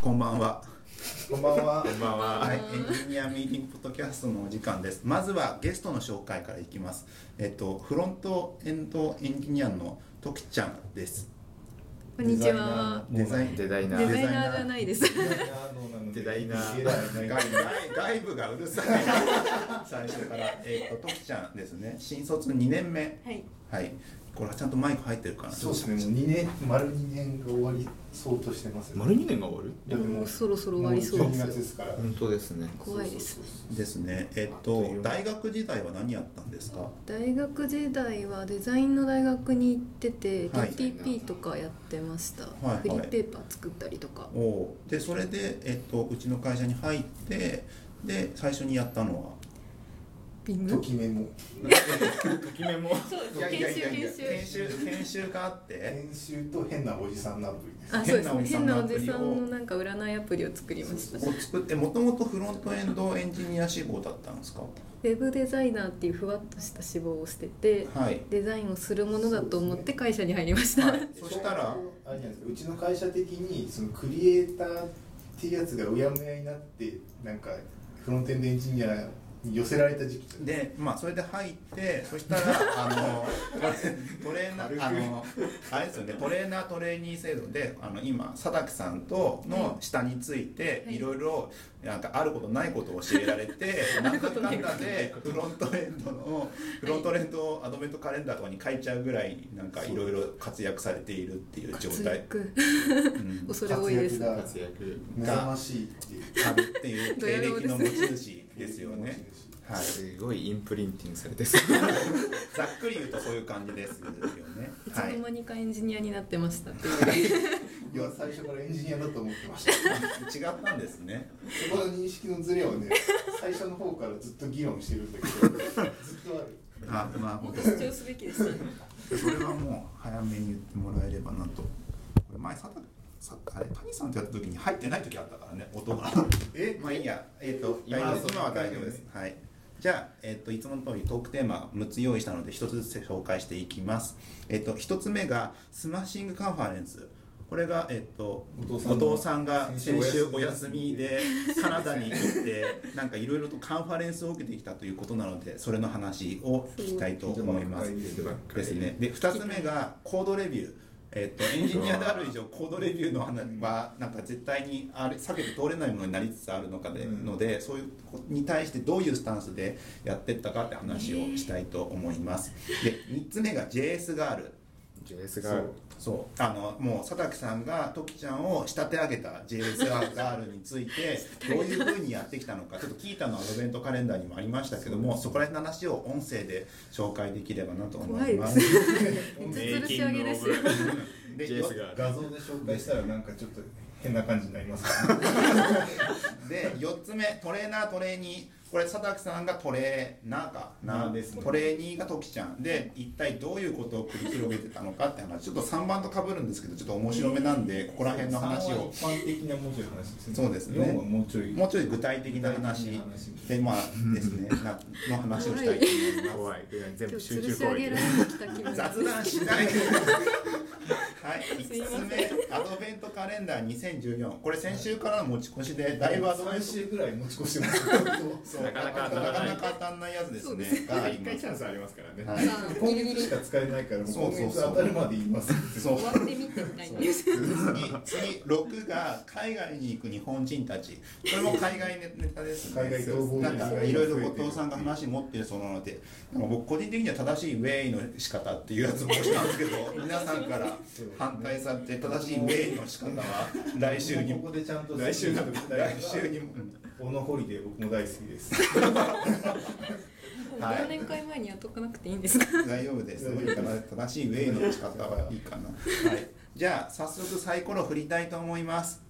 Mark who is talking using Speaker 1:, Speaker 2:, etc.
Speaker 1: こんばんは。
Speaker 2: こんばんは。
Speaker 3: こんばんは
Speaker 1: はい、エンジニアミーティングポッドキャストのお時間です。まずはゲストの紹介からいきます。えっと、フロントエンドエンジニアのときちゃんです。
Speaker 4: こんにちは。
Speaker 1: デザイン
Speaker 3: デザイナ
Speaker 4: デ
Speaker 3: ー
Speaker 4: ザイナーじゃないです。
Speaker 2: デザイナーどうなの
Speaker 3: デザイナー
Speaker 1: 外
Speaker 2: ー。
Speaker 1: 外外部がうるさい。最初から、えっと、ときちゃんですね。新卒2年目。
Speaker 4: はい。
Speaker 1: はい。これはちゃんとマイク入ってるかな。
Speaker 2: そうですね。もう二年丸二年が終わりそうとしてます、
Speaker 3: 丸2年が終わる
Speaker 2: だっても
Speaker 4: も
Speaker 2: う
Speaker 4: うそろそろ終わりそう
Speaker 2: も
Speaker 4: で。
Speaker 2: 12月ですすから。
Speaker 3: 本当ですね
Speaker 4: 怖いです。
Speaker 1: ですね。えっ
Speaker 3: あっ
Speaker 1: と
Speaker 3: という、間
Speaker 1: 大学時代は何やったんですか。
Speaker 4: 大学時代はデザインの大学に行ってて、
Speaker 1: はい
Speaker 4: TPP とかやってました、
Speaker 1: いはい
Speaker 4: フリーペーパー作ったりとか。
Speaker 1: おうで、それで、えっと、うちの会社に入って。で、最初にやったのは。
Speaker 4: ビン
Speaker 2: ときめも
Speaker 3: ときめも
Speaker 4: そうです
Speaker 1: いやいやいやいや
Speaker 4: 研修
Speaker 1: 研修研修があって
Speaker 2: 編集と変なおじさんのアプリです。
Speaker 4: あ、そうですね。
Speaker 1: 変
Speaker 4: 変
Speaker 1: な
Speaker 4: な
Speaker 1: お
Speaker 4: お
Speaker 1: じ
Speaker 4: じ
Speaker 1: さ
Speaker 4: さ
Speaker 1: んのアプリを
Speaker 4: んのなんか占いアプリを作りました。
Speaker 1: を作ってもともとフロントエンドエンジニア志望だったんですか
Speaker 4: ウェブデザイナーっていうふわっとした志望を捨てて、
Speaker 1: はい
Speaker 4: デザインをするものだと思って会社に入りました。
Speaker 1: そしたら
Speaker 2: あれじゃないですか。うちの会社的にそのクリエイターっていうやつがうやむやになってなんかフロントエンドエンジニアに寄せられた時期じゃない
Speaker 1: でまあそれで入ってそしたらあのトレーナーあのあれですよねトレーナートレーニー制度であの今佐竹さんとの下について、
Speaker 4: はい
Speaker 1: い、ろいろなんかあることないことを教えられ てなんだかんだでフロントエンドのフロントエンドアドベントカレンダーとかに書いちゃうぐらいなんかいろいろ活躍されているっていう状
Speaker 4: 活
Speaker 1: 態。
Speaker 4: 躍、
Speaker 1: うん
Speaker 4: 恐れ多いです。
Speaker 2: 活躍
Speaker 3: 活躍
Speaker 2: 目覚ましいっていう。
Speaker 1: あるっていう経歴の持ち主 ですよね。 はい、
Speaker 3: すごいインプリンティングされて そう
Speaker 1: ざっくり言うとそういう感じですよね。
Speaker 4: いつ
Speaker 1: は
Speaker 4: の
Speaker 1: い
Speaker 4: 間にかエンジニアになってましたっていう。
Speaker 2: いや最初からエンジニアだと思ってました。
Speaker 1: 違ったんですね。
Speaker 2: そこの認識のズレをね、最初の方からずっと議論してる んだけど、ずっとある。
Speaker 1: あ、まあ、
Speaker 4: もっと主張すべ きですね。
Speaker 1: それはもう早めに言ってもらえればなと。これ前さた、さ、あれ、谷さんとやった時に入ってない時あったからね、音が。
Speaker 2: え、
Speaker 1: まあいいや、えっ、と、
Speaker 3: 今
Speaker 1: 大
Speaker 3: は
Speaker 1: 丈夫です。
Speaker 3: そう
Speaker 1: 今は大丈夫です。はい。じゃあ、えっ、と、いつもの通りトークテーマ6つ用意したので、1つずつ紹介していきます。えっ、と、1つ目が、スマッシングカンファレンス。これが、えっ、と、
Speaker 2: お父さん
Speaker 1: 後藤さんが先
Speaker 2: 先週
Speaker 1: 週お
Speaker 2: お
Speaker 1: 休
Speaker 2: 休
Speaker 1: み
Speaker 2: み
Speaker 1: で カナダに行ってなんかいろいろとカンファレンスを受けてきたということなのでそれの話を聞きたいと思いますですねで2つ目がコードレビューえっとエンジニアである以上コードレビューの話はなんか絶対にあれ避けて通れないものになりつつあるのかで
Speaker 2: うん
Speaker 1: のでそういうことに対してどういうスタンスでやってったかって話をしたいと思いますで3つ目が JS ガール
Speaker 3: JS が
Speaker 1: そうあのもう佐竹さんがときちゃんを仕立て上げた JSR ガールについてどういうふうにやってきたのかちょっと聞いたのはアドベントカレンダーにもありましたけどもそこら辺の話を音声で紹介できればなと思
Speaker 4: 怖
Speaker 1: い
Speaker 4: いで
Speaker 1: ますす。。
Speaker 4: ず るし上げですよ。
Speaker 1: で
Speaker 3: JS が
Speaker 2: 画像で紹介したらなんかちょっと変な感じになりますからね。
Speaker 1: で4つ目トレーナートレーニーこれ佐竹さんがトレーナーか
Speaker 2: ナーですね
Speaker 1: トレーニーがときちゃんで一体どういうことを繰り広げてたのかって話ちょっと3番と被るんですけどちょっと面白めなんでここら辺の話を
Speaker 2: 三は一般的なもうちょい話ですね。
Speaker 1: そうですね
Speaker 2: 四はもうちょい。
Speaker 1: もうちょい具体的な話
Speaker 2: 具体的な話
Speaker 1: でまあですねなの話をしたいと思いま
Speaker 3: 怖い
Speaker 4: 今
Speaker 3: 全部
Speaker 4: 日
Speaker 3: 集
Speaker 4: ずる
Speaker 3: 中
Speaker 4: し上
Speaker 3: 攻
Speaker 4: げ
Speaker 3: 撃
Speaker 4: られてきた気分
Speaker 1: す。
Speaker 4: で
Speaker 1: 雑
Speaker 4: す。
Speaker 1: 談しない。はい、
Speaker 4: す
Speaker 1: 5
Speaker 4: いま
Speaker 1: つ目アドベントカレンダー2014これ先週からの持ち越しでだいぶアドベン
Speaker 2: 三
Speaker 1: ト
Speaker 2: 週ぐらい持ち越してます。
Speaker 1: そう
Speaker 3: なかなか
Speaker 1: なか
Speaker 3: 当たらない
Speaker 1: なか当たんないやつですね
Speaker 4: そうです
Speaker 1: がありま
Speaker 3: 回
Speaker 1: す
Speaker 3: チャンスありますからね
Speaker 1: は
Speaker 4: さ
Speaker 1: い
Speaker 4: あ
Speaker 2: 今月しか使えないから、もう今月当たるまで言います。
Speaker 1: そう
Speaker 4: 終わってみてみたいです。
Speaker 1: 次次6が海外に行く日本人たちこれも海外ネタですね
Speaker 2: 海外逃亡
Speaker 1: なんかいろいろ後藤さんが話持ってるそうなのでなんか僕個人的には正しいウェイの仕方っていうやつもしたんですけ ど皆さんから反対されて正しいウェイの仕方は来週に
Speaker 2: こ
Speaker 1: も
Speaker 2: こでちゃんと
Speaker 1: 来週にも来週に
Speaker 2: も。
Speaker 1: も
Speaker 2: オノホリデー僕も大好きです。
Speaker 4: もう忘年会前にやっとかなくていいんですか。
Speaker 1: 大丈夫ですいいかな正しいウェイの仕方はいいかなはいじゃあ早速サイコロ振りたいと思います